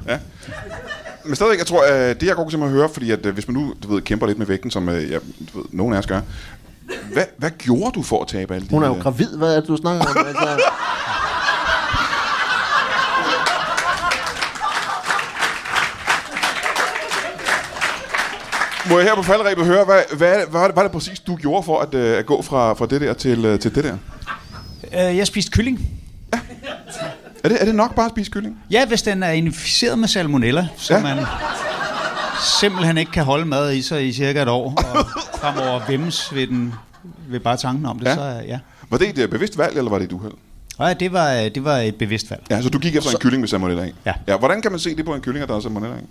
S1: Men stadigvæk, jeg tror, øh, det jeg godt kunne tænke mig at høre, fordi at, øh, hvis man nu du ved, kæmper lidt med vægten, som øh, jeg, du ved, nogen af os gør, hvad, hvad gjorde du for at tabe alle de...
S3: Hun er jo
S1: øh,
S3: gravid, hvad er det, du snakker om? Altså,
S1: Må jeg her på faldrebet høre, hvad, hvad, hvad var, det, var det præcis, du gjorde for at, øh, at gå fra, fra det der til, øh, til det der?
S2: Øh, jeg spiste kylling.
S1: Er det, er det nok bare at spise kylling?
S2: Ja, hvis den er inficeret med salmonella, så
S1: Ja.
S2: ja. man simpelthen ikke kan holde mad i sig i cirka et år,
S1: *laughs*
S2: og fremover vemmes ved, den, ved bare tanken om det,
S1: Ja.
S2: ja. så øh, ja.
S1: Var det et øh, bevidst valg, eller var det et uheld?
S2: Og ja, det var, øh, det var et bevidst valg.
S1: Ja, så du gik efter en kylling med salmonella i?
S2: Ja.
S1: ja. Hvordan kan man se det på en kylling, at der er salmonella i?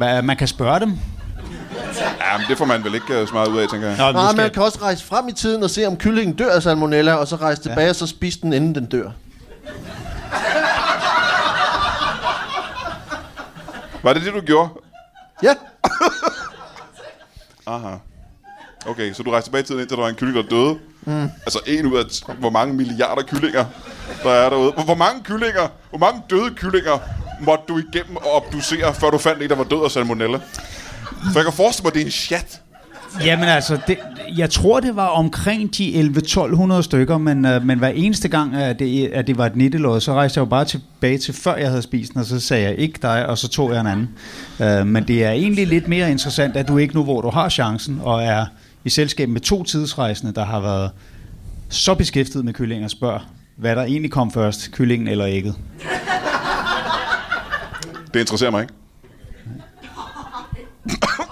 S2: Hva- Man kan spørge dem.
S1: Ja, men det får man vel ikke øh, så meget ud af, tænker jeg.
S2: Nå,
S3: Nej,
S2: nu
S3: man
S2: skal...
S3: kan også rejse frem i tiden og se, om kyllingen dør af salmonella, og så rejse tilbage ja. og så spise den, inden den dør.
S1: Var det det, du gjorde?
S3: Ja,
S1: Aha. Okay, så du rejste tilbage i tiden, indtil der var en kylling, der døde? Mm. Altså en ud af t- hvor mange milliarder kyllinger, der er derude. Hvor, hvor mange kyllinger, hvor mange døde kyllinger måtte du igennem og obducere, før du fandt en, der var død af salmonella? For jeg kan forestille mig, at det er en chat.
S2: Jamen altså, det, jeg tror, det var omkring de 11-1200 stykker, men, øh, men hver eneste gang, at det, at det var et nittelod, så rejste jeg jo bare tilbage til, før jeg havde spist den, og så sagde jeg ikke dig, og så tog jeg en anden. Øh, men det er egentlig lidt mere interessant, at du ikke nu, hvor du har chancen, og er i selskab med to tidsrejsende, der har været så beskæftiget med kyllinger, spørger, hvad der egentlig kom først, kyllingen eller ægget.
S1: Det interesserer mig ikke. *laughs*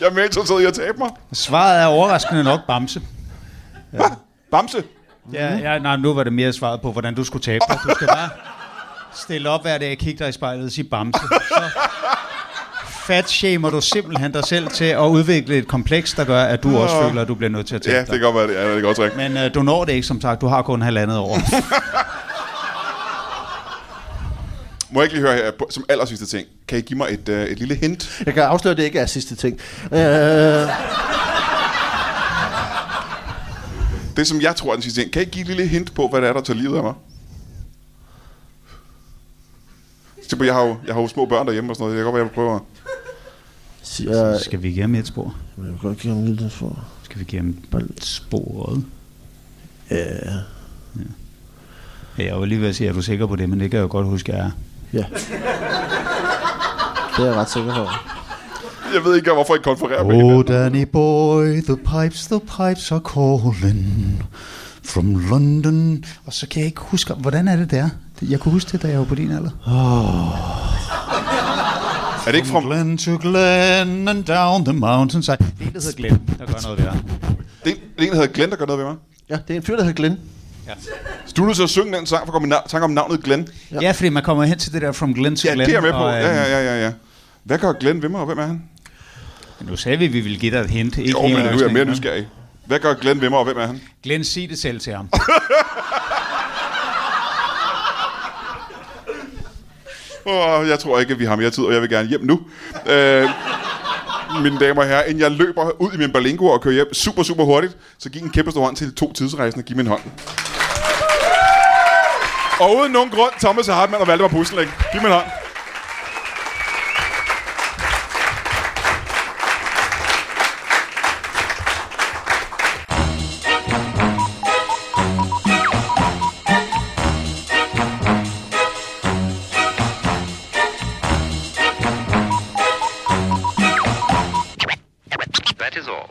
S1: jeg er mere interesseret i at tabe mig.
S2: Svaret er overraskende nok bamse.
S1: Hvad? Bamse?
S2: Ja, ja, nej, nu var det mere svaret på, hvordan du skulle tabe dig. Du skal bare stille op hver dag, kigge dig i spejlet og sige bamse. Så fatshamer du simpelthen dig selv til at udvikle et kompleks, der gør, at du også
S1: Åh.
S2: føler, at du bliver nødt til at tabe
S1: Ja, det
S2: dig.
S1: kan godt være det. Ja, det er godt rigtigt.
S2: Men øh, du når det ikke, som sagt. Du har kun halvandet
S1: *laughs*
S2: år.
S1: Må jeg ikke lige høre her, på- som aller sidste ting. Kan I give mig et, øh, et lille hint?
S3: jeg kan afsløre, at det ikke er sidste ting. Øh,
S1: Det, som jeg tror er den sidste ting. Kan I give et lille hint på, hvad det er, der tager livet af mig? Se på, Jeg har, jo, jeg har jo små børn derhjemme og sådan noget. Jeg kan godt være, jeg prøver.
S3: siger,
S2: Skal vi give ham et spor?
S3: jeg kan godt give ham lidt for.
S2: Skal vi give ham et sporet?
S3: Ja,
S2: Ja, Jeg var lige ved at sige, er du sikker på det, men det kan jeg jo godt huske, jeg er.
S3: ja. Det er jeg ret sikker på.
S1: Jeg ved ikke, hvorfor I konfererer med
S2: Oh,
S1: hinanden.
S2: Danny boy, the pipes, the pipes are calling from London. Og så kan jeg ikke huske, hvordan er det der? Jeg kunne huske det, da jeg var på din alder.
S1: Er det ikke fra...
S2: Glen to Glen and down the mountainside. Det er en, der hedder Glen, der gør noget ved det.
S1: Det er en, det er en der hedder Glenn, der gør noget ved mig.
S3: Ja, det er en fyr, der hedder Glenn.
S1: Så du er nødt til at synge den sang, for at komme i na- tanke om navnet Glenn.
S2: Ja. ja, fordi man kommer hen til det der from Glen to
S1: Ja,
S2: Glen.
S1: det er jeg med på.
S2: og, øh,
S1: Ja, ja, ja, ja, ja. Hvad gør Glenn ved mig, og hvem er han?
S2: øh, Nu sagde vi, at vi ville give dig et hint. Ikke
S1: Jo,
S2: hele
S1: men nu er jeg mere
S2: løsningen, vel?
S1: nysgerrig. Hvad gør Glenn ved mig, og hvem er han?
S2: Glenn, sig det selv til ham.
S1: Åh, jeg tror ikke, at vi har mere tid, og jeg vil gerne hjem nu. Øh, mine damer og herrer, inden jeg løber ud i min Berlingo og kører hjem super, super hurtigt, så giv en kæmpe stor hånd til to tidsrejsende. Giv min hånd. Og uden nogen grund, Thomas Hartmann og Valdemar Pusselæg. Giv min hånd.
S4: That is all.